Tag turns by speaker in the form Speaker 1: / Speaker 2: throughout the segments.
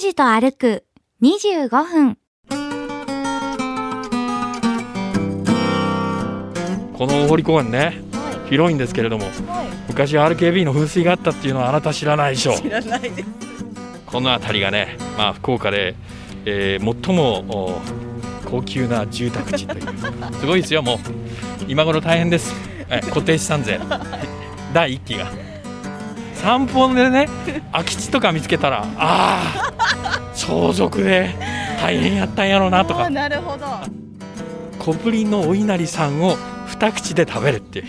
Speaker 1: 事と歩く25分。
Speaker 2: この大堀公園ね
Speaker 3: は
Speaker 2: 広いんですけれども
Speaker 3: い、は
Speaker 2: 昔 RKB の噴水があったっていうのはあなた知らないでしょ
Speaker 3: い、知らないです。
Speaker 2: この辺りがね、まあ、福岡で、えー最もお高級な住宅地と いうすごいですよもう今頃大変です、はい固定資産税 第1期が散歩でね空き地とか見つけたらああ相続で大変やったんやろうなとか
Speaker 3: あーなるほど。
Speaker 2: 小ぶりのお稲荷さんを二口で食べるっていう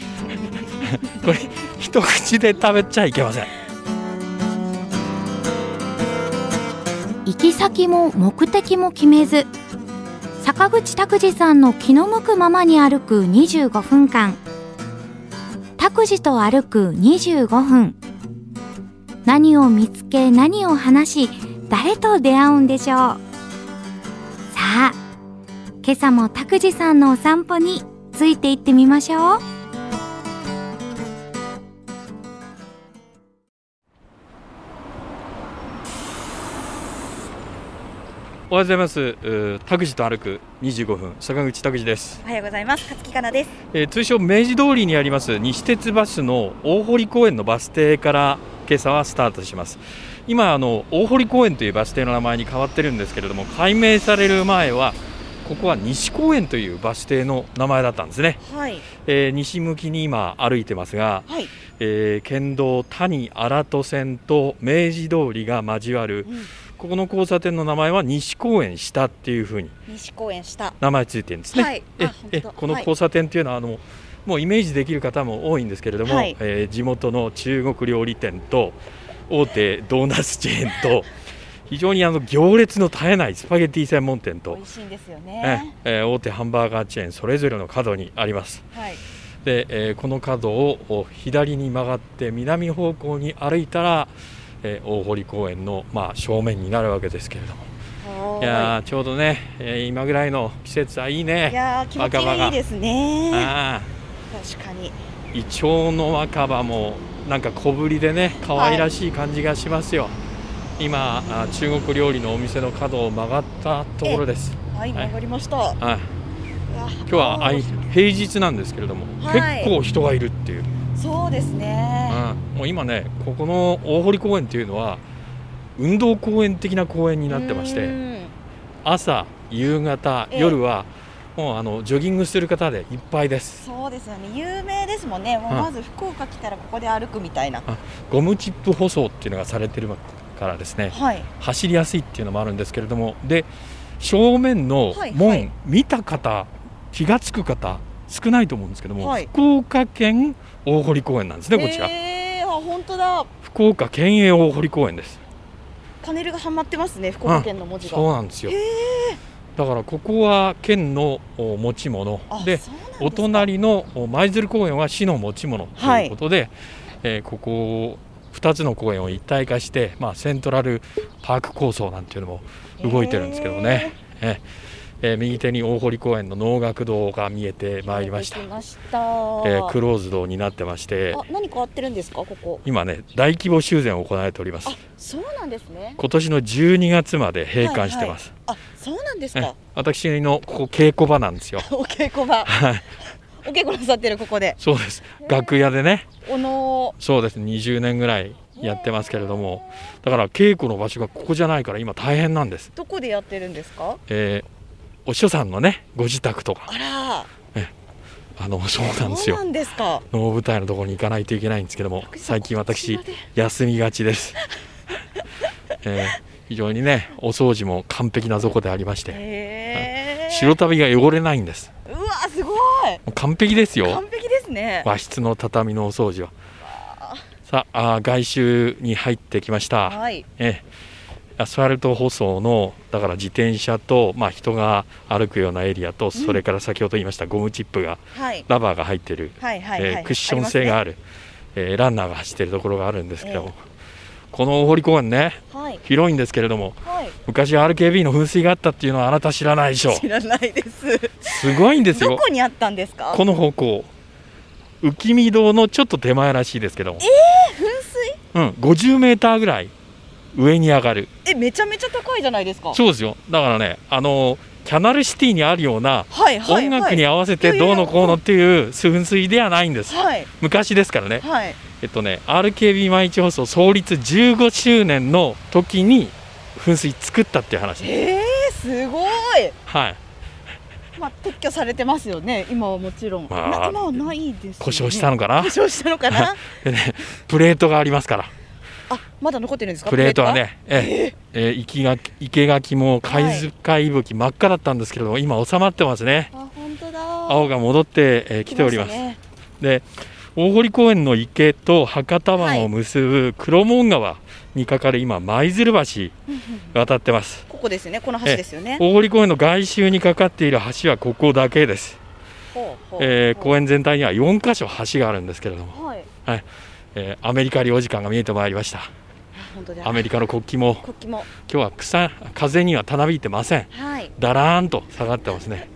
Speaker 2: これ一口で食べちゃいけません
Speaker 1: 行き先も目的も決めず、坂口拓司さんの気の向くままに歩く25分間。拓司と歩く25分。何を見つけ、何を話し、誰と出会うんでしょう。さあ、今朝も拓司さんのお散歩について行ってみましょう。
Speaker 2: おはようございますうー拓司と歩く25分坂口拓司です
Speaker 3: おはようございます。勝木かなです。
Speaker 2: えー通称明治通りにあります西鉄バスの大堀公園のバス停から今朝はスタートします今あの大堀公園というバス停の名前に変わってるんですけれども改名される前はここは西公園というバス停の名前だったんですね、
Speaker 3: はい、
Speaker 2: えー西向きに今歩いてますが、
Speaker 3: はい、
Speaker 2: えー県道谷荒戸線と明治通りが交わる
Speaker 3: うん、
Speaker 2: ここの交差点の名前は西公園下っていうふうに
Speaker 3: 西公園下。
Speaker 2: 名前ついてるんですね、
Speaker 3: はい
Speaker 2: え
Speaker 3: あ本当
Speaker 2: え
Speaker 3: はい
Speaker 2: この交差点っていうのはあのもうイメージできる方も多いんですけれども、
Speaker 3: はい
Speaker 2: えー地元の中国料理店と大手ドーナツチェーンと 非常にあの行列の絶えないスパゲティ専門店
Speaker 3: 美
Speaker 2: と、
Speaker 3: 味しいんですよ
Speaker 2: え
Speaker 3: ね。
Speaker 2: えー大手ハンバーガーチェーンそれぞれの角にあります
Speaker 3: はい、
Speaker 2: で、えーこの角をお左に曲がって南方向に歩いたら、えー大堀公園の、まあ、正面になるわけですけれども
Speaker 3: はい
Speaker 2: やーちょうどね、えー今ぐらいの季節はいいね
Speaker 3: いやー気持ちがいいですね。
Speaker 2: ああ
Speaker 3: 確かに。
Speaker 2: イチョウの若葉もなんか小ぶりでね可愛らしい感じがしますよ、今あ中国料理のお店の角を曲がったところです
Speaker 3: はい、
Speaker 2: はい
Speaker 3: 曲がりました。うわ
Speaker 2: はい
Speaker 3: 今
Speaker 2: 今日はあい平日なんですけれども、
Speaker 3: はい
Speaker 2: 結構人がいるっていう、
Speaker 3: そうですね。
Speaker 2: うんもう今ねここの大堀公園っていうのは運動公園的な公園になってまし
Speaker 3: う
Speaker 2: て
Speaker 3: ん
Speaker 2: 朝夕方
Speaker 3: ええ
Speaker 2: 夜はもうあのジョギングする方でいっぱいです
Speaker 3: そうですよね。有名ですもんね。もう
Speaker 2: はい
Speaker 3: まず福岡来たらここで歩くみたいな。
Speaker 2: ゴムチップ舗装っていうのがされてるからですね
Speaker 3: はい。
Speaker 2: 走りやすいっていうのもあるんですけれどもで正面の
Speaker 3: はい
Speaker 2: 門、
Speaker 3: はい
Speaker 2: 見た方気がつく方少ないと思うんですけども、
Speaker 3: はい
Speaker 2: 福岡県大堀公園なんですねこちら、
Speaker 3: えー、あ本当だ。
Speaker 2: 福岡県営大堀公園です
Speaker 3: パネルがはまってますね。福岡県の文字が。
Speaker 2: そうなんですよ
Speaker 3: へ
Speaker 2: だからここは県のお持ち物
Speaker 3: あ
Speaker 2: で
Speaker 3: そうなんですか
Speaker 2: お隣のお舞鶴公園は市の持ち物と
Speaker 3: はい
Speaker 2: いうことで、えーここを2つの公園を一体化して、まあ、セントラルパーク構想なんていうのも動いてるんですけどね、ええー右手に大堀公園の能楽堂が見えてまいりました、
Speaker 3: 出
Speaker 2: え
Speaker 3: てきました
Speaker 2: ークローズドになってまして
Speaker 3: あ、何変わってるんですかここ。
Speaker 2: 今ね大規模修繕を行われております
Speaker 3: あ、そうなんですね。
Speaker 2: 今年の12月まで閉館してます、
Speaker 3: あ、そうなんです
Speaker 2: えー
Speaker 3: か。
Speaker 2: 私のここ稽古場なんですよ
Speaker 3: お稽古場。
Speaker 2: はい
Speaker 3: お稽古なさってるここで。
Speaker 2: そうです
Speaker 3: へー
Speaker 2: 楽屋でね
Speaker 3: おの
Speaker 2: そうです20年ぐらいやってますけれどもだから稽古の場所がここじゃないから今大変なんです、
Speaker 3: どこでやってるんですか。
Speaker 2: えーお師匠さんのねご自宅とか
Speaker 3: あら、
Speaker 2: あのそうなんです
Speaker 3: そう
Speaker 2: よ
Speaker 3: なんですか。
Speaker 2: 能舞台のところに行かないといけないんですけども最近私休みがちです、えー非常にねお掃除も完璧なとこでありまして
Speaker 3: へえ。
Speaker 2: 白旅が汚れないんです
Speaker 3: うわ、すごい。
Speaker 2: もう完璧ですよ
Speaker 3: 完璧ですね。
Speaker 2: 和室の畳のお掃除はさああー外周に入ってきました
Speaker 3: はい。
Speaker 2: ええ、アスファルト舗装のだから自転車と、まあ、人が歩くようなエリアと、それから先ほど言いましたゴムチップが
Speaker 3: はい。
Speaker 2: ラバーが入っている、
Speaker 3: はいはい
Speaker 2: え
Speaker 3: は
Speaker 2: ー
Speaker 3: い。
Speaker 2: クッション性が
Speaker 3: あ
Speaker 2: あるえーランナーが走っているところがあるんですけど、この大堀公園ね
Speaker 3: りますね。はい。
Speaker 2: 広いんですけれども
Speaker 3: はい。
Speaker 2: 昔 RKB の噴水があったっていうのはあなた知らないでしょ
Speaker 3: 知らないです。
Speaker 2: すごいんです
Speaker 3: ど
Speaker 2: よ
Speaker 3: こにあったんですか。
Speaker 2: この方向浮見堂のちょっと手前らしいですけども、
Speaker 3: 噴水。
Speaker 2: うん、50メーターぐらい上に上がる
Speaker 3: え、めちゃめちゃ高いじゃないですか。
Speaker 2: そうですよだからねあのキャナルシティにあるような
Speaker 3: はいはいはい。
Speaker 2: 音楽に合わせてどうのこうのっていう噴水ではないんです
Speaker 3: はい
Speaker 2: 昔ですからね
Speaker 3: はい。
Speaker 2: えっとね RKB 毎日放送創立15周年の時に噴水作ったっていう話です
Speaker 3: えー、すごい。
Speaker 2: はい
Speaker 3: まあ撤去されてますよね。今はもちろん。
Speaker 2: まあ
Speaker 3: な今はないです、ね。
Speaker 2: 故障したのかな
Speaker 3: 故障したの かな。
Speaker 2: でねプレートがありますから
Speaker 3: あ、まだ残ってるんですか。
Speaker 2: プレートは。ね、えええー生きが生垣も貝塚息吹真っ赤だったんですけれども、今収まってますね。
Speaker 3: あ、本当だ。
Speaker 2: 青が戻って、えー来ております。
Speaker 3: 来ね
Speaker 2: で、大堀公園の池と博多湾を結ぶ黒門川にかかる今舞鶴橋
Speaker 3: うんうん
Speaker 2: 渡ってます。
Speaker 3: ここですね。この橋ですよね。
Speaker 2: 大堀公園の外周にかかっている橋はここだけです。
Speaker 3: ほうほう
Speaker 2: えー
Speaker 3: ほう
Speaker 2: 公園全体には4箇所橋があるんですけれども、
Speaker 3: はい。
Speaker 2: えーアメリカ領事館が見えてまいりました。
Speaker 3: あ本当だ。
Speaker 2: アメリカの国旗も
Speaker 3: 国旗も。
Speaker 2: 今日は草風にはたなびいてません。
Speaker 3: はい。
Speaker 2: だらーんと下がってますね。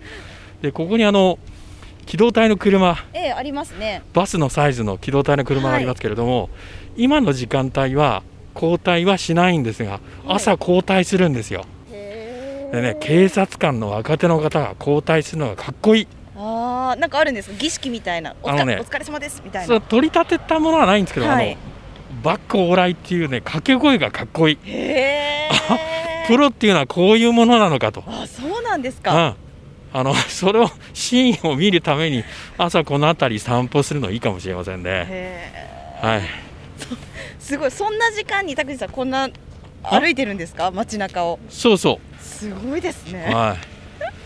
Speaker 2: で、ここにあの機動隊の車、
Speaker 3: えー、ありますね。
Speaker 2: バスのサイズの機動隊の車がありますけれども、今の時間帯は交代はしないんですが、
Speaker 3: い
Speaker 2: 朝交代するんですよ。
Speaker 3: へー
Speaker 2: でね、警察官の若手の方が交代するのがかっこいい。
Speaker 3: ああ、なんかあるんですか。儀式みたいな。お疲
Speaker 2: あのね
Speaker 3: お疲れ様ですみたい
Speaker 2: そう
Speaker 3: な。
Speaker 2: 取り立てたものはないんですけど、
Speaker 3: はい
Speaker 2: あのバックオーライっていうね掛け声がかっこいい。
Speaker 3: へえ。
Speaker 2: プロっていうのはこういうものなのかと。
Speaker 3: あ、そうなんです
Speaker 2: うん
Speaker 3: か。
Speaker 2: あの それをシーンを見るために朝この辺り散歩するのいいかもしれませんね。
Speaker 3: へ
Speaker 2: はい、
Speaker 3: ーすごい。そんな時間に拓司さんこんな
Speaker 2: あ
Speaker 3: 歩いてるんですか。街中を。
Speaker 2: そうそ
Speaker 3: すごいです
Speaker 2: う、
Speaker 3: ね。
Speaker 2: は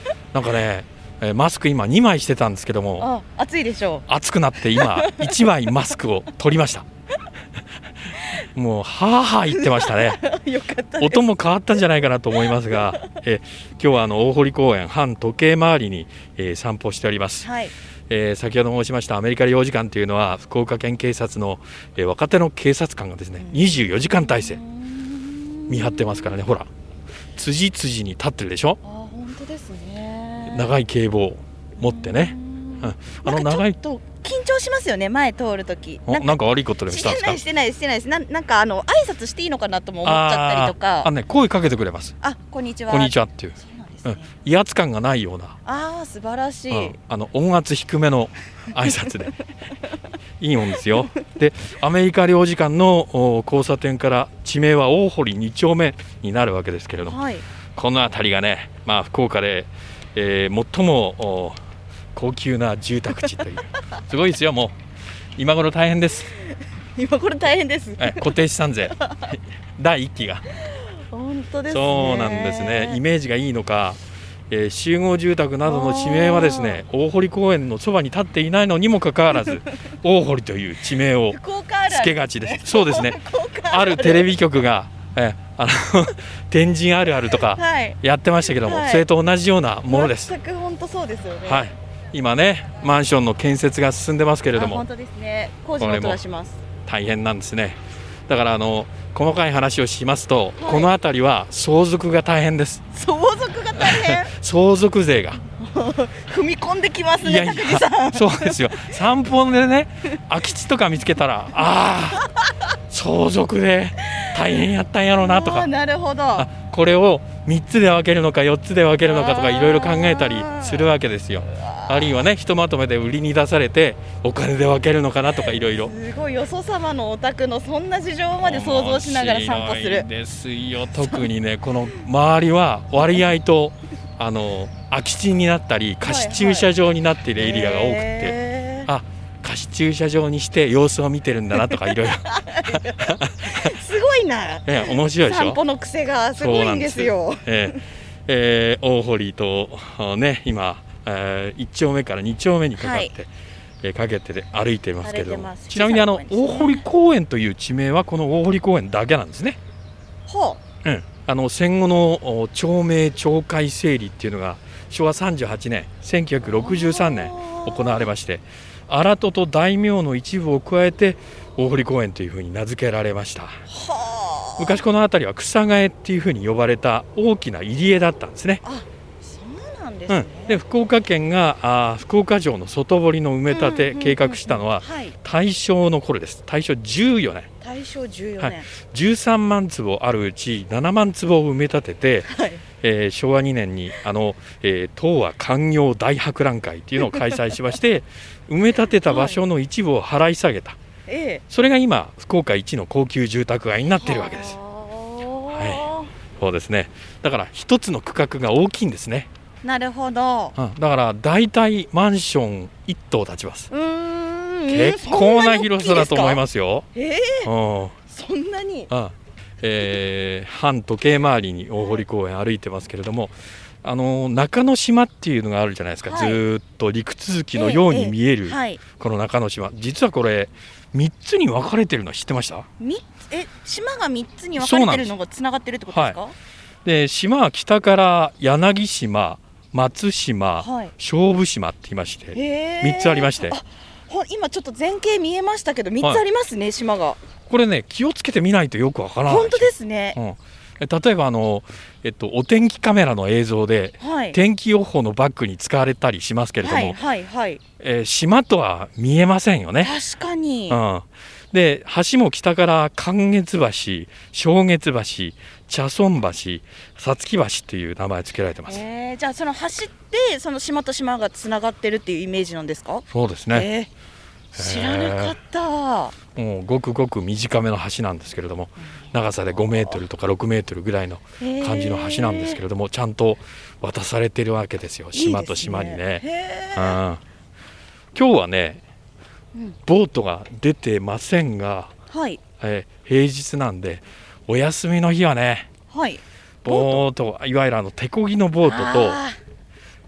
Speaker 2: い、なんかね、えーマスク今2枚してたんですけども、
Speaker 3: あ、暑いでしょ
Speaker 2: 暑くなって今、1枚マスクを取りました。もう、はあはあ言ってましたね、
Speaker 3: う。よかったです。
Speaker 2: 音も変わったんじゃないかなと思いますが、えー今日はあの大堀公園、反時計回りに、えー散歩しております。
Speaker 3: はい。
Speaker 2: えー先ほど申しましたアメリカ領事館というのは、福岡県警察の、えー若手の警察官がですね、24時間体制、見張ってますからね、ほら、辻々に立ってるでしょ。
Speaker 3: あ、本当ですね。
Speaker 2: 長い警棒を持ってね、
Speaker 3: うん
Speaker 2: うん、あ
Speaker 3: な
Speaker 2: の
Speaker 3: んかちょ
Speaker 2: 長
Speaker 3: っ
Speaker 2: い
Speaker 3: と緊張しますよね。前通るとき。
Speaker 2: おなんか悪いことでも
Speaker 3: し
Speaker 2: したんで
Speaker 3: て
Speaker 2: す
Speaker 3: な
Speaker 2: か
Speaker 3: いしてないですしてないですなんなんかあの挨拶していいのかなとも思っちゃったりと
Speaker 2: あーあ
Speaker 3: か
Speaker 2: のね声かけてくれます
Speaker 3: あこんにちは
Speaker 2: こんにちはっていう、
Speaker 3: そうなんです
Speaker 2: う
Speaker 3: ね、
Speaker 2: ん、威圧感がないような、
Speaker 3: ああ素晴らし
Speaker 2: う
Speaker 3: い、
Speaker 2: ん、あの音圧低めの挨拶 でいいもんですよでアメリカ領事館のお交差点から地名は大堀2丁目になるわけですけれども
Speaker 3: はい
Speaker 2: この辺りがねまあ福岡で、えー最もお高級な住宅地というすごいですよもう今頃大変です
Speaker 3: 今これ大変です、
Speaker 2: はい固定資産税 第1期が、
Speaker 3: 本当ですね
Speaker 2: そうなんですねイメージがいいのか、えー集合住宅などの地名はですね大堀公園のそばに立っていないのにもかかわら ず大堀という地名を
Speaker 3: 福岡ある
Speaker 2: つ
Speaker 3: ある
Speaker 2: けがち ですそうですね
Speaker 3: 福岡
Speaker 2: あるテレビ局が、えーあの 天神あるあるとか
Speaker 3: はい
Speaker 2: やってましたけども、
Speaker 3: はい
Speaker 2: それと同じようなものです、
Speaker 3: 全く本当そうですよね
Speaker 2: はい今ねマンションの建設が進んでますけれど
Speaker 3: あ
Speaker 2: も
Speaker 3: 本当ですね工事の音がします
Speaker 2: 大変なんですねだからあの細かい話をしますと、
Speaker 3: はい
Speaker 2: この辺りは相続が大変です
Speaker 3: 相続が大変
Speaker 2: 相続税が
Speaker 3: 踏み込んできますね拓司さん
Speaker 2: そうですよ散歩でね空き地とか見つけたらああ相続で大変やったんやろうなと
Speaker 3: あ
Speaker 2: か
Speaker 3: ーなるほど
Speaker 2: あこれを3つで分けるのか4つで分けるのかとかいろいろ考えたりするわけですよあるいはねひとまとめで売りに出されてお金で分けるのかなとかいろいろ
Speaker 3: すごいよそ様のお宅のそんな事情まで想像しながら散歩す
Speaker 2: 面白
Speaker 3: る
Speaker 2: いですよ特にねこの周りは割合とあの空き地になったり貸し駐車場になっているエリアが多くて、
Speaker 3: へー
Speaker 2: あ貸し駐車場にして様子を見てるんだなとかい ろいろ
Speaker 3: すごいな
Speaker 2: ええ面白いでし
Speaker 3: 散
Speaker 2: ょ
Speaker 3: 歩の癖がすごいんですよ
Speaker 2: ええええ大堀とあね今、え1丁目から2丁目にかかって、
Speaker 3: はい
Speaker 2: ええかけてで歩いていますけれど
Speaker 3: 歩いて
Speaker 2: も
Speaker 3: ます
Speaker 2: ちなみにあの
Speaker 3: 小さな
Speaker 2: 大
Speaker 3: 公園ですね
Speaker 2: 堀公園という地名はこの大堀公園だけなんですね。
Speaker 3: ほ
Speaker 2: うん、あの戦後のお町名町会整理っていうのが昭和38年
Speaker 3: う
Speaker 2: 1963年行われまして荒戸と大名の一部を加えて大堀公園というふうに名付けられました
Speaker 3: はあ
Speaker 2: 昔この辺りは草替えっていうふうに呼ばれた大きな入り江だったんですね
Speaker 3: そうなんなんです
Speaker 2: う
Speaker 3: ね
Speaker 2: ん、で福岡県があー福岡城の外堀の埋め立て
Speaker 3: うんうんうん
Speaker 2: 計画したのは
Speaker 3: はい、
Speaker 2: 大正の頃です大正14年
Speaker 3: 大正14
Speaker 2: はい
Speaker 3: 年、
Speaker 2: 13万坪あるうち7万坪を埋め立てて、
Speaker 3: はい
Speaker 2: えー昭和2年にあの、えー東和官業大博覧会っていうのを開催しまして 埋め立てた場所の一部を払い下げた
Speaker 3: ええ、
Speaker 2: それが今福岡一の高級住宅街になってるわけです
Speaker 3: は
Speaker 2: そうですねだから一つの区画が大きいんですね、
Speaker 3: い、なるほど。
Speaker 2: うん、だから大体マンション1棟建ちます
Speaker 3: うーん、
Speaker 2: 結構な広さだと思い
Speaker 3: す。
Speaker 2: ますよ、
Speaker 3: ええ、
Speaker 2: うん
Speaker 3: そんなに。
Speaker 2: あえー反時計回りに大堀公園歩いてますけれども、あの中之島っていうのがあるじゃないですか、
Speaker 3: はい
Speaker 2: ずーっと陸続きのように見える、
Speaker 3: はい。
Speaker 2: この中之島実はこれ3つに分かれてるの知ってました
Speaker 3: み、え、島が三つに分かれてるのが繋がってるってことですか。
Speaker 2: で島は北から柳島松島、
Speaker 3: はい
Speaker 2: 勝負島って言いまして
Speaker 3: え
Speaker 2: 3つありまして
Speaker 3: あほ今ちょっと前景見えましたけど、三つありますね、島が。
Speaker 2: これね気をつけてみないとよくわからない
Speaker 3: 本当ですね。
Speaker 2: うん、例えばあの、えっと、お天気カメラの映像で
Speaker 3: はい。
Speaker 2: 天気予報のバッグに使われたりしますけれども、
Speaker 3: はい、はい、はい。
Speaker 2: えー島とは見えませんよね。
Speaker 3: 確かに
Speaker 2: う。ん、で橋も北から関月橋、正月橋、茶村橋、さつき橋っていう名前付けられてます。
Speaker 3: ええ、じゃあ、その橋って、その島と島が繋がってるっていうイメージなんですか。
Speaker 2: そうですね、
Speaker 3: ええ知らなかった。
Speaker 2: もうごくごく短めの橋なんですけれども長さで5メートルとか6メートルぐらいの感じの橋なんですけ
Speaker 3: ど、
Speaker 2: れどもちゃんと渡されてるわけですよ島と島にね。うん、
Speaker 3: ね。
Speaker 2: 今日はね
Speaker 3: うん
Speaker 2: ボートが出てませんが、
Speaker 3: はい
Speaker 2: えー平日なんでお休みの日はね
Speaker 3: はい。
Speaker 2: ボートいわゆるあの手漕ぎのボートと、
Speaker 3: あ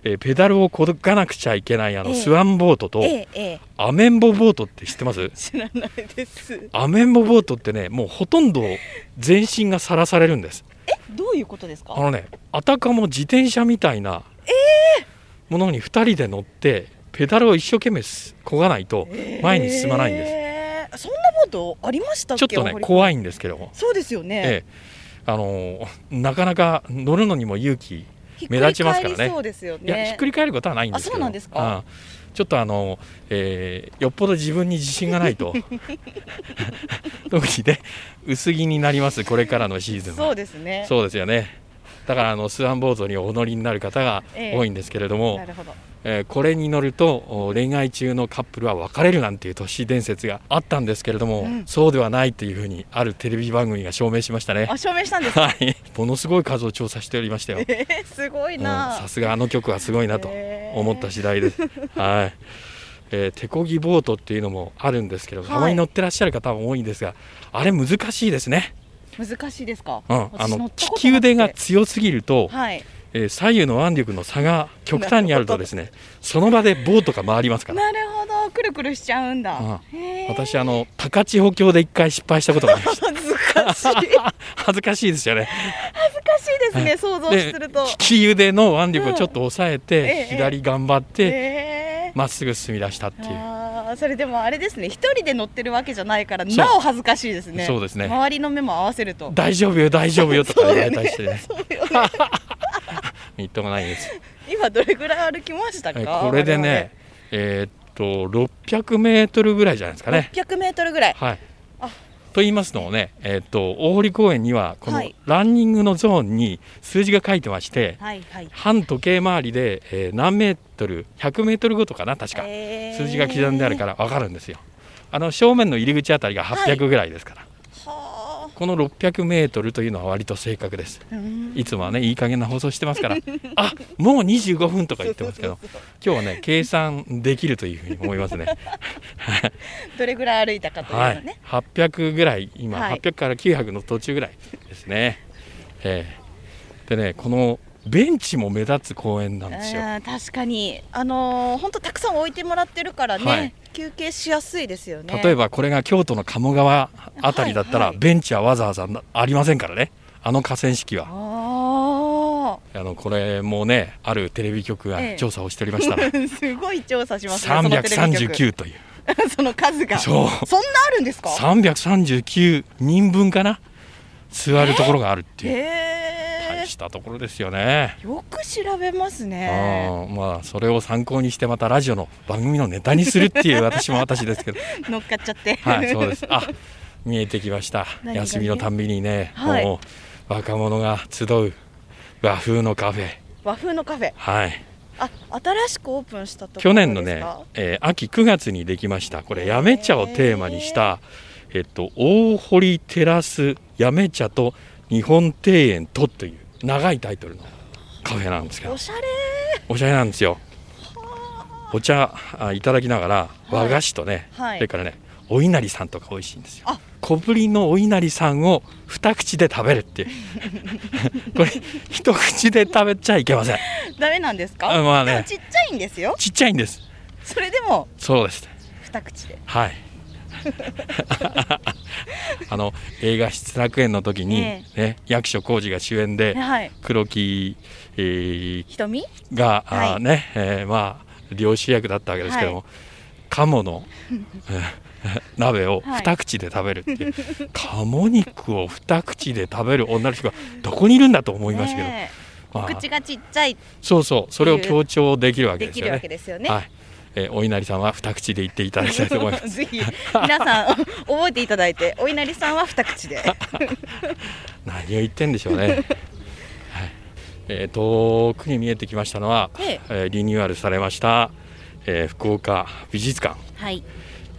Speaker 2: えーペダルをこがなくちゃいけないあの
Speaker 3: ええ
Speaker 2: スワンボートと、
Speaker 3: ーええええ
Speaker 2: アメンボボートって知ってます
Speaker 3: 知らないです。
Speaker 2: アメンボボートってねもうほとんど全身がさらされるんです
Speaker 3: えどういうことです
Speaker 2: あ
Speaker 3: か？
Speaker 2: のねあたかも自転車みたいなものに2人で乗ってペダルを一生懸命す漕がないと前に進まないんです、
Speaker 3: えーそんなボートありましたっ
Speaker 2: ちょ
Speaker 3: け？
Speaker 2: っとね
Speaker 3: 大堀
Speaker 2: 怖いんですけども
Speaker 3: そうですよね。
Speaker 2: ええ、あのなかなか乗るのにも勇気、
Speaker 3: ひっく
Speaker 2: 目
Speaker 3: り
Speaker 2: 立ちますからね
Speaker 3: 返りそうですよね。
Speaker 2: いやひっくり返ることはないんですけど
Speaker 3: あそうなんですか
Speaker 2: うんちょっとあの、えーよっぽど自分に自信がない と特にね薄着になりますこれからのシーズンは
Speaker 3: そうですね。
Speaker 2: そうですよねだからあのスワンボートにお乗りになる方が
Speaker 3: ええ
Speaker 2: 多いんですけれども
Speaker 3: な、るほど。
Speaker 2: えーこれに乗るとお恋愛中のカップルは別れるなんていう都市伝説があったんですけれども、
Speaker 3: うん
Speaker 2: そうではないというふうにあるテレビ番組が証明しましたね
Speaker 3: あ証明したんです か。
Speaker 2: はい、ものすごい数を調査しておりましたよ。
Speaker 3: えーすごい
Speaker 2: うん
Speaker 3: な
Speaker 2: さ。すがあの曲はすごいなと
Speaker 3: へー
Speaker 2: 思った次第です。はい。えー手漕ぎボートっていうのもあるんですけど、
Speaker 3: はい
Speaker 2: たまに乗ってらっしゃる方も多いんですが、あれ難しいですね。
Speaker 3: 難しいですか？
Speaker 2: うん、あ
Speaker 3: 私乗
Speaker 2: の利
Speaker 3: ったことなくて
Speaker 2: き腕が強すぎると、
Speaker 3: はい。
Speaker 2: えー左右の腕力の差が極端にあるとですね、その場でボートが回りますから。
Speaker 3: なるほどくるくるしちゃうんだ。
Speaker 2: う
Speaker 3: へー
Speaker 2: 私あの高千穂峡で一回失敗したことがありました。
Speaker 3: 恥ずか しい恥ずか
Speaker 2: 恥ずかしいですよね。
Speaker 3: しいですね想像
Speaker 2: で、
Speaker 3: すると。
Speaker 2: 利き腕の腕力をちょっと抑え
Speaker 3: うん
Speaker 2: て
Speaker 3: え、え
Speaker 2: 左頑張って。
Speaker 3: え
Speaker 2: まっすぐ進み出したっていう、
Speaker 3: あーそれでもあれですね一人で乗ってるわけじゃないから
Speaker 2: そう
Speaker 3: なお恥ずかしいですね
Speaker 2: そうですね
Speaker 3: 周りの目も合わせると
Speaker 2: 大丈夫よ大丈夫よとか言われたりしてね
Speaker 3: そうよ
Speaker 2: みっともないです
Speaker 3: 今どれぐらい歩きました
Speaker 2: え
Speaker 3: か
Speaker 2: これでねえーっと600メートルぐらいじゃないですかね
Speaker 3: 600メートルぐらい
Speaker 2: はい
Speaker 3: あ
Speaker 2: と言いますのもね、えーっと大堀公園にはこの
Speaker 3: はい
Speaker 2: ランニングのゾーンに数字が書いてまして、
Speaker 3: はいはい
Speaker 2: 反時計回りで、えー何メートル100メートルごとかな確か、
Speaker 3: えー
Speaker 2: 数字が刻んであるから分かるんですよあの正面の入り口あたりが800ぐらいですから、
Speaker 3: は
Speaker 2: この600メートルというのは割と正確です
Speaker 3: あうん
Speaker 2: いつもはねいい加減な放送して ますからあもう25分とか言ってますけど今日はね計算できるというふうに思い ますね
Speaker 3: どれぐらい歩いたかと
Speaker 2: は
Speaker 3: いうの
Speaker 2: い
Speaker 3: ね
Speaker 2: 800ぐらい今、
Speaker 3: はい
Speaker 2: 800から900の途中ぐらいですね、ええでねこのベンチも目立つ公園なんですよ
Speaker 3: あー確かにあの本当たくさん置いてもらってるからね、
Speaker 2: はい
Speaker 3: 休憩しやすいですよね
Speaker 2: 例えばこれが京都の鴨川あたりだったら、
Speaker 3: はいはい
Speaker 2: ベンチはわざわざなありませんからねあの河川敷は
Speaker 3: あ
Speaker 2: あのこれもねあるテレビ局
Speaker 3: え
Speaker 2: が
Speaker 3: え
Speaker 2: 調査をしておりましたら、
Speaker 3: あすご い調査しますねそのテレビ局
Speaker 2: 339という
Speaker 3: その数が
Speaker 2: そうん
Speaker 3: なあるんですか
Speaker 2: 339人分かな座るところがあるっていう、
Speaker 3: へえ
Speaker 2: 大したところですよね。
Speaker 3: よく調べますね。
Speaker 2: あーまあそれを参考にしてまたラジオの番組のネタにするっていう私も私ですけど
Speaker 3: 乗っかっちゃって。
Speaker 2: はいそうですあ見えてきました
Speaker 3: 何が
Speaker 2: 休みのたんびにね、
Speaker 3: はい
Speaker 2: もう若者が集う和風のカフェ
Speaker 3: 和風のカフェ。
Speaker 2: はい
Speaker 3: あ、新しくオープンしたとこ
Speaker 2: 去
Speaker 3: ろです
Speaker 2: 年
Speaker 3: か。
Speaker 2: のね、えー秋9月にできましたこれやめ茶をテーマにした、えっと、大堀テラスやめ茶と日本庭園とという長いタイトルのカフェなんですけど
Speaker 3: おしゃれ。
Speaker 2: おしゃれなんですよお茶あいただきながら
Speaker 3: い
Speaker 2: 和菓子とね、
Speaker 3: はい
Speaker 2: それからねお稲荷さんとか美味しいんですよ
Speaker 3: あ
Speaker 2: 小ぶりのお稲荷さんを二口で食べる っていうこれ一口で食べちゃいけません
Speaker 3: ダメなんですか。
Speaker 2: あまあね
Speaker 3: でもちっちゃいんですよ。
Speaker 2: ちっちゃいんです
Speaker 3: それでも
Speaker 2: そうです
Speaker 3: 二口で。
Speaker 2: はい。あの映画失楽園の時に、
Speaker 3: え
Speaker 2: ね役所広司が主演で
Speaker 3: はい。
Speaker 2: 黒木、えー
Speaker 3: 瞳。
Speaker 2: が、あー
Speaker 3: はい
Speaker 2: ね、えーまあ漁師役だったわけですけども、
Speaker 3: は
Speaker 2: 鴨 の鍋を
Speaker 3: はい
Speaker 2: 二口で食べるっていう、鴨肉を二口で食べる女の人がどこにいるんだと思いましたけど、
Speaker 3: ねえ
Speaker 2: まあ、
Speaker 3: 口がちっちゃい。
Speaker 2: そうそうそれを強調できるわけ
Speaker 3: で
Speaker 2: です
Speaker 3: き
Speaker 2: よ
Speaker 3: るわ
Speaker 2: ね
Speaker 3: け。ですよね。
Speaker 2: はいえーお稲荷さんは二口で言っていただきたいと思います。
Speaker 3: ぜひ皆さん覚えていただいてお稲荷さんは二口 で
Speaker 2: 何を言ってんでしょうね。はい、えー遠くに見えてきましたのは、
Speaker 3: ええ
Speaker 2: えーリニューアルされました、えー福岡美術館、
Speaker 3: はい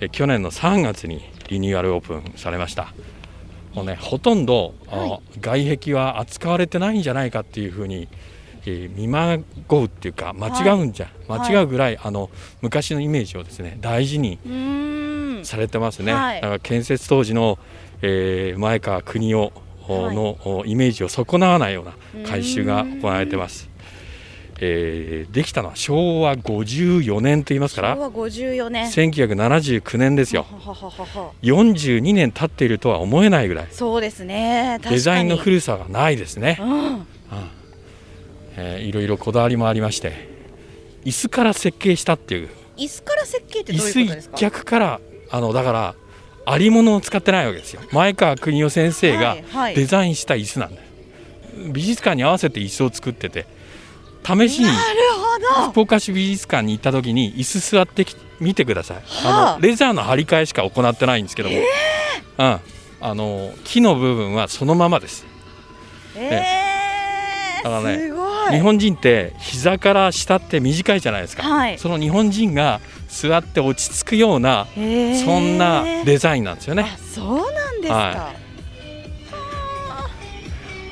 Speaker 2: えー去年の3月にリニューアルオープンされました。もうねほとんど、あ
Speaker 3: はい
Speaker 2: 外壁は扱われてないんじゃないかっていうふうに。えー見まごうっていうか間違うんじゃ、
Speaker 3: はい
Speaker 2: 間違うぐらい、あの昔のイメージをですね大事に
Speaker 3: うーん
Speaker 2: されてますね、
Speaker 3: はい
Speaker 2: だから建設当時の、えー前川国夫
Speaker 3: はい
Speaker 2: の、おイメージを損なわないような改修が行われてます、えーできたのは昭和54年と言いますから
Speaker 3: 昭和54年
Speaker 2: 1979年ですよ
Speaker 3: ははははは
Speaker 2: 42年経っているとは思えないぐらい
Speaker 3: そうですね確かに
Speaker 2: デザインの古さがないですね
Speaker 3: う、ん
Speaker 2: えーいろいろこだわりもありまして椅子から設計したっていう
Speaker 3: 椅子から設計って
Speaker 2: 椅
Speaker 3: どういう
Speaker 2: 子
Speaker 3: ことです
Speaker 2: 一
Speaker 3: か
Speaker 2: 脚からあのだからありものを使ってないわけですよ前川邦夫先生が
Speaker 3: はいはい
Speaker 2: デザインした椅子なんだよ、美術館に合わせて椅子を作ってて試しに
Speaker 3: なるほど
Speaker 2: 福岡市美術館に行った時に椅子座ってき見てください、
Speaker 3: はあ
Speaker 2: あのレザーの張り替えしか行ってないんですけども、うん、あの木の部分はそのままです、
Speaker 3: え
Speaker 2: だから
Speaker 3: ー
Speaker 2: ね
Speaker 3: すごい
Speaker 2: 日本人って膝から下って短いじゃないですか、
Speaker 3: はい
Speaker 2: その日本人が座って落ち着くような
Speaker 3: へー
Speaker 2: そんなデザインなんですよね、
Speaker 3: あそうなんですか
Speaker 2: は
Speaker 3: は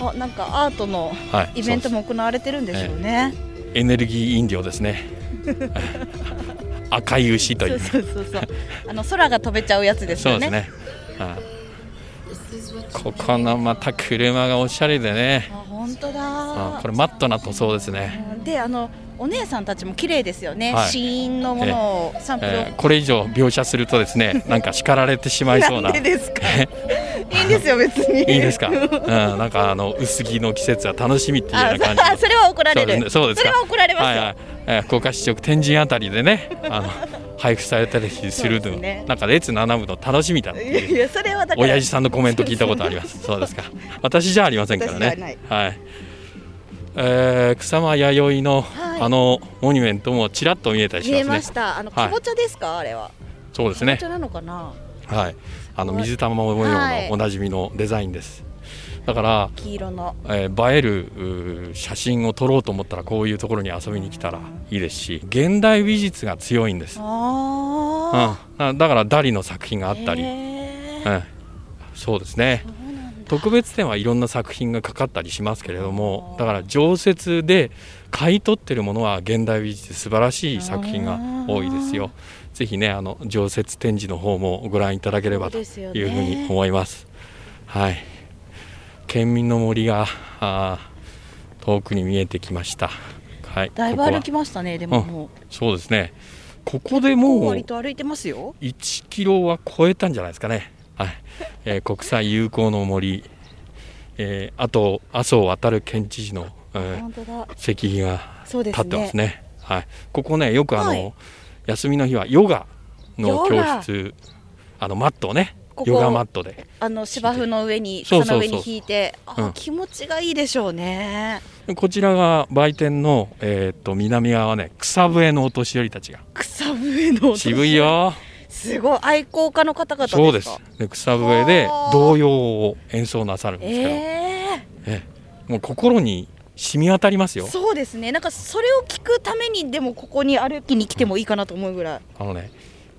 Speaker 3: ああなんかアートの
Speaker 2: はい、
Speaker 3: イベント
Speaker 2: そう
Speaker 3: も行われてるんでしょうね
Speaker 2: ですエネルギー飲料です ね赤い牛と
Speaker 3: そ
Speaker 2: いうう
Speaker 3: そうそうそうあの空が飛べちゃうやつです
Speaker 2: そ
Speaker 3: よ
Speaker 2: うで
Speaker 3: ね
Speaker 2: すねはいここのまた車がおしゃれでね
Speaker 3: あ本当
Speaker 2: あ
Speaker 3: だ
Speaker 2: これマットな塗装ですね、
Speaker 3: であのお姉さんたちも綺麗ですよね、
Speaker 2: はい
Speaker 3: シーンのものをサンプルを、
Speaker 2: えーこれ以上描写するとです ねなんか叱られてしまいそうな
Speaker 3: なんでですかいいんですよ別に
Speaker 2: いいですか、うん、なんかあの薄着の季節は楽しみっていうよ
Speaker 3: あ
Speaker 2: うな感じ
Speaker 3: そそれは怒られる
Speaker 2: そうですねそうですか
Speaker 3: れは怒られますよ、
Speaker 2: はいはいえー福岡市直天神あたりでねあの配布されたりする
Speaker 3: そうです
Speaker 2: の、
Speaker 3: ね
Speaker 2: なんか列並ぶの楽しみだって
Speaker 3: い、
Speaker 2: いう
Speaker 3: やいやそれはだから
Speaker 2: 親父さんのコメント聞いたことあります。そうですか。私じゃありませんから
Speaker 3: 私じゃな
Speaker 2: ね
Speaker 3: い。
Speaker 2: はい。えー、草間弥生の、
Speaker 3: はい
Speaker 2: あのモニュメントもちらっと見えたりし
Speaker 3: 見え
Speaker 2: ま
Speaker 3: ますし
Speaker 2: ね。
Speaker 3: たあの
Speaker 2: はい
Speaker 3: かぼちゃですか、あれは
Speaker 2: そうです
Speaker 3: かぼ
Speaker 2: ね
Speaker 3: ち。ゃなのかな
Speaker 2: はい。あの
Speaker 3: すごい
Speaker 2: 水玉模
Speaker 3: は
Speaker 2: 様
Speaker 3: い
Speaker 2: のおなじみのデザインです。だから、
Speaker 3: 黄色の
Speaker 2: えー映えるうー写真を撮ろうと思ったらこういうところに遊びに来たらいいですし、現代美術が強いんです。うん。
Speaker 3: あ
Speaker 2: なだからダリの作品があ
Speaker 3: あ
Speaker 2: ったり、
Speaker 3: へ
Speaker 2: う
Speaker 3: ー
Speaker 2: ん。そうですね。
Speaker 3: そうなんだ
Speaker 2: 特別展はいろんな作品がかかったりしますけれどもだから常設で買い取ってるものは現代美術で素晴らしい作品が多いですよぜひねあの常設展示の方もご覧いただければと
Speaker 3: そう
Speaker 2: い
Speaker 3: ですよね
Speaker 2: うふうに思いますはい県民の森があー遠くに見えてきましたはい
Speaker 3: だいぶ
Speaker 2: ここは
Speaker 3: 歩きましたねでももう
Speaker 2: そうですねここで
Speaker 3: もう
Speaker 2: もう
Speaker 3: 割と歩いてますよ
Speaker 2: 1キロは超えたんじゃないですかね、はいえー国際友好の森、えーあと麻生渡る県知事の、えー
Speaker 3: 本当だ
Speaker 2: 石碑が
Speaker 3: そうです
Speaker 2: 立
Speaker 3: ね
Speaker 2: ってますねはい、ここねよくあの、
Speaker 3: はい
Speaker 2: 休みの日はヨガの
Speaker 3: ヨガ
Speaker 2: 教室あのマットをね
Speaker 3: こ
Speaker 2: ヨガマッ
Speaker 3: こ
Speaker 2: トで
Speaker 3: あの芝生の上に
Speaker 2: そう
Speaker 3: 草
Speaker 2: そうそう
Speaker 3: の上に引いてあ
Speaker 2: うん
Speaker 3: 気持ちがいいでしょうね
Speaker 2: こちらが売店の、えーっと南側はね草笛のお年寄りたちが
Speaker 3: 草笛の音
Speaker 2: 渋いよ
Speaker 3: すごい愛好家の方々ですか
Speaker 2: そうですで草笛で
Speaker 3: はあ
Speaker 2: 童謡を演奏なさるんですけど、
Speaker 3: え
Speaker 2: ええもう心に染み渡ります
Speaker 3: え
Speaker 2: よ
Speaker 3: そうですねなんかそれを聞くためにでもここに歩きに来てもいいかなと思うぐらい
Speaker 2: あのね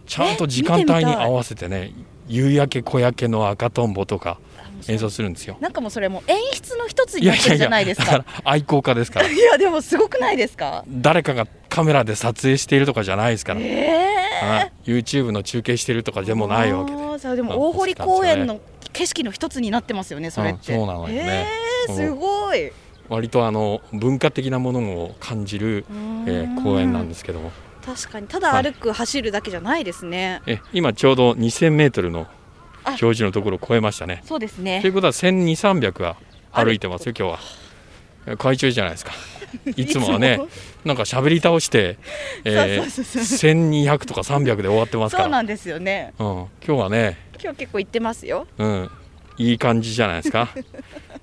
Speaker 2: ちゃんと時間帯に合わせてね夕焼け小焼けの赤とんぼとか演奏するんですよ
Speaker 3: なんかもうそれも演出の一つになってるじゃないです
Speaker 2: だ
Speaker 3: かい や
Speaker 2: から愛好家ですから
Speaker 3: でもすごくないですか
Speaker 2: 誰かがカメラで撮影しているとかじゃないですから、
Speaker 3: ええ
Speaker 2: はい YouTube の中継してるとかでもないわけで
Speaker 3: あーそうで
Speaker 2: うん
Speaker 3: も大堀公園の景色の一つになってますよねそれって、
Speaker 2: うんそうなのよね
Speaker 3: えー、すごい、
Speaker 2: 割とあの文化的なものを感じる、えー公園なんですすけども
Speaker 3: 確かにただ歩く、走るだけじゃないですね
Speaker 2: え今ちょうど 2000m の表示のところを超えましたね
Speaker 3: そうです
Speaker 2: とい
Speaker 3: ね
Speaker 2: うことは1200300は歩いてますよ今日は会長じゃない ですかいつもはねなんか喋り倒して、えー、
Speaker 3: そうそうそう
Speaker 2: 1200とか300で終わってますか
Speaker 3: そう
Speaker 2: ら
Speaker 3: なんですよね
Speaker 2: うん、今日はね、
Speaker 3: 今日結構行ってますよ
Speaker 2: うん、いい感じじゃないです か、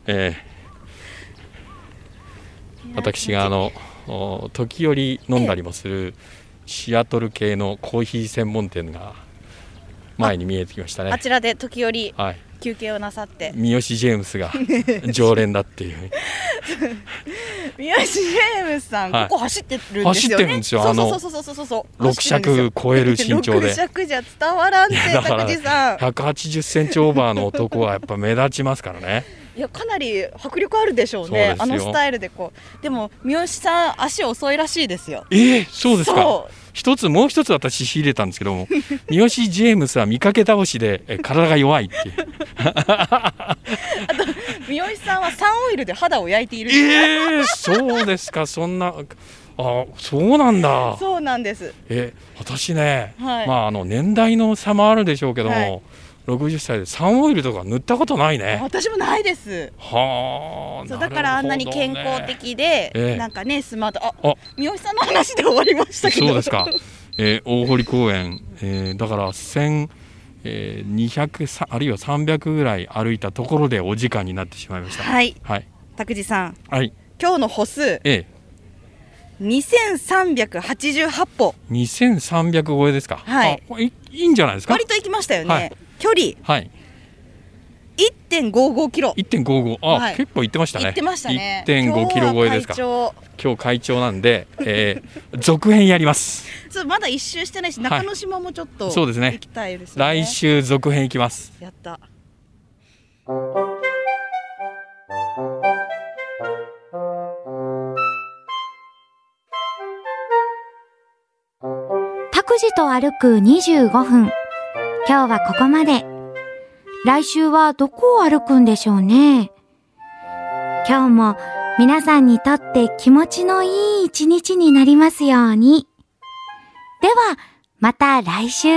Speaker 2: えー私があのお時折飲んだりもするシアトル系のコーヒー専門店が前に見えてきました
Speaker 3: あ
Speaker 2: ね。
Speaker 3: ちらで時折
Speaker 2: はい
Speaker 3: 休憩をなさって
Speaker 2: 三好ジェームスが常連だっていう
Speaker 3: 宮内ジェームスさん、
Speaker 2: はい
Speaker 3: ここ走ってるんですよね
Speaker 2: 走ってるんですよあの
Speaker 3: そうそうそうそうそう
Speaker 2: 6尺超える身長で
Speaker 3: 6尺じゃ伝わらんて
Speaker 2: いやだから
Speaker 3: 拓司さん
Speaker 2: 180センチオーバーの男はやっぱ目立ちますから ね。
Speaker 3: いやかなり迫力あるでしょう
Speaker 2: そうですよ
Speaker 3: ねあのスタイルでこうでも三好さん足遅いらしいですよ
Speaker 2: えー、そうですか。
Speaker 3: そう
Speaker 2: 一つもう一つ私仕入れたんですけど も、三好ジェームスは見かけ倒しでえ体が弱いって いう。
Speaker 3: 三好さんはサンオイルで肌を焼いている
Speaker 2: えー、そうですか。そんなあそうなんだ。
Speaker 3: そうなんです
Speaker 2: え私ね、
Speaker 3: はい
Speaker 2: まああの年代の差もあるでしょうけど
Speaker 3: はい
Speaker 2: も、60歳でサンオイルとか塗ったことないね。
Speaker 3: 私もないです
Speaker 2: はあ。
Speaker 3: そう
Speaker 2: なるほど
Speaker 3: だ
Speaker 2: ね
Speaker 3: からあんなに健康。的で、
Speaker 2: ええ
Speaker 3: なんかねスマートあ
Speaker 2: あ
Speaker 3: 三好さんの話で終わりましたけど
Speaker 2: そうですか。えー大堀公園、えーだから1000、えー200さあるいは300ぐらい歩いたところでお時間になってしまいました。
Speaker 3: はい
Speaker 2: はい
Speaker 3: 拓司さん
Speaker 2: はい。
Speaker 3: 今日の歩数
Speaker 2: え
Speaker 3: 2388歩
Speaker 2: え2300超えですか。
Speaker 3: はい
Speaker 2: あ。これいいいんじゃないですか
Speaker 3: 割。と行きましたよね、
Speaker 2: はい
Speaker 3: 距離
Speaker 2: はい。
Speaker 3: 1.55キロ
Speaker 2: 1.55あ、
Speaker 3: はい
Speaker 2: 結構行ってましたね。
Speaker 3: 行ってましたね
Speaker 2: 1.5キロ超えですか。
Speaker 3: 今日は会長
Speaker 2: 今日会長なんで、えー続編やります。
Speaker 3: ちょっとまだ一周してないし、
Speaker 2: い
Speaker 3: 中之島もちょっと
Speaker 2: そうですね
Speaker 3: 行きたいですね。
Speaker 2: 来週続編いきます。
Speaker 3: やった。
Speaker 1: 託児と歩く25分。今日はここまで。来週はどこを歩くんでしょうね。今日も皆さんにとって気持ちのいい一日になりますように。では、また来週。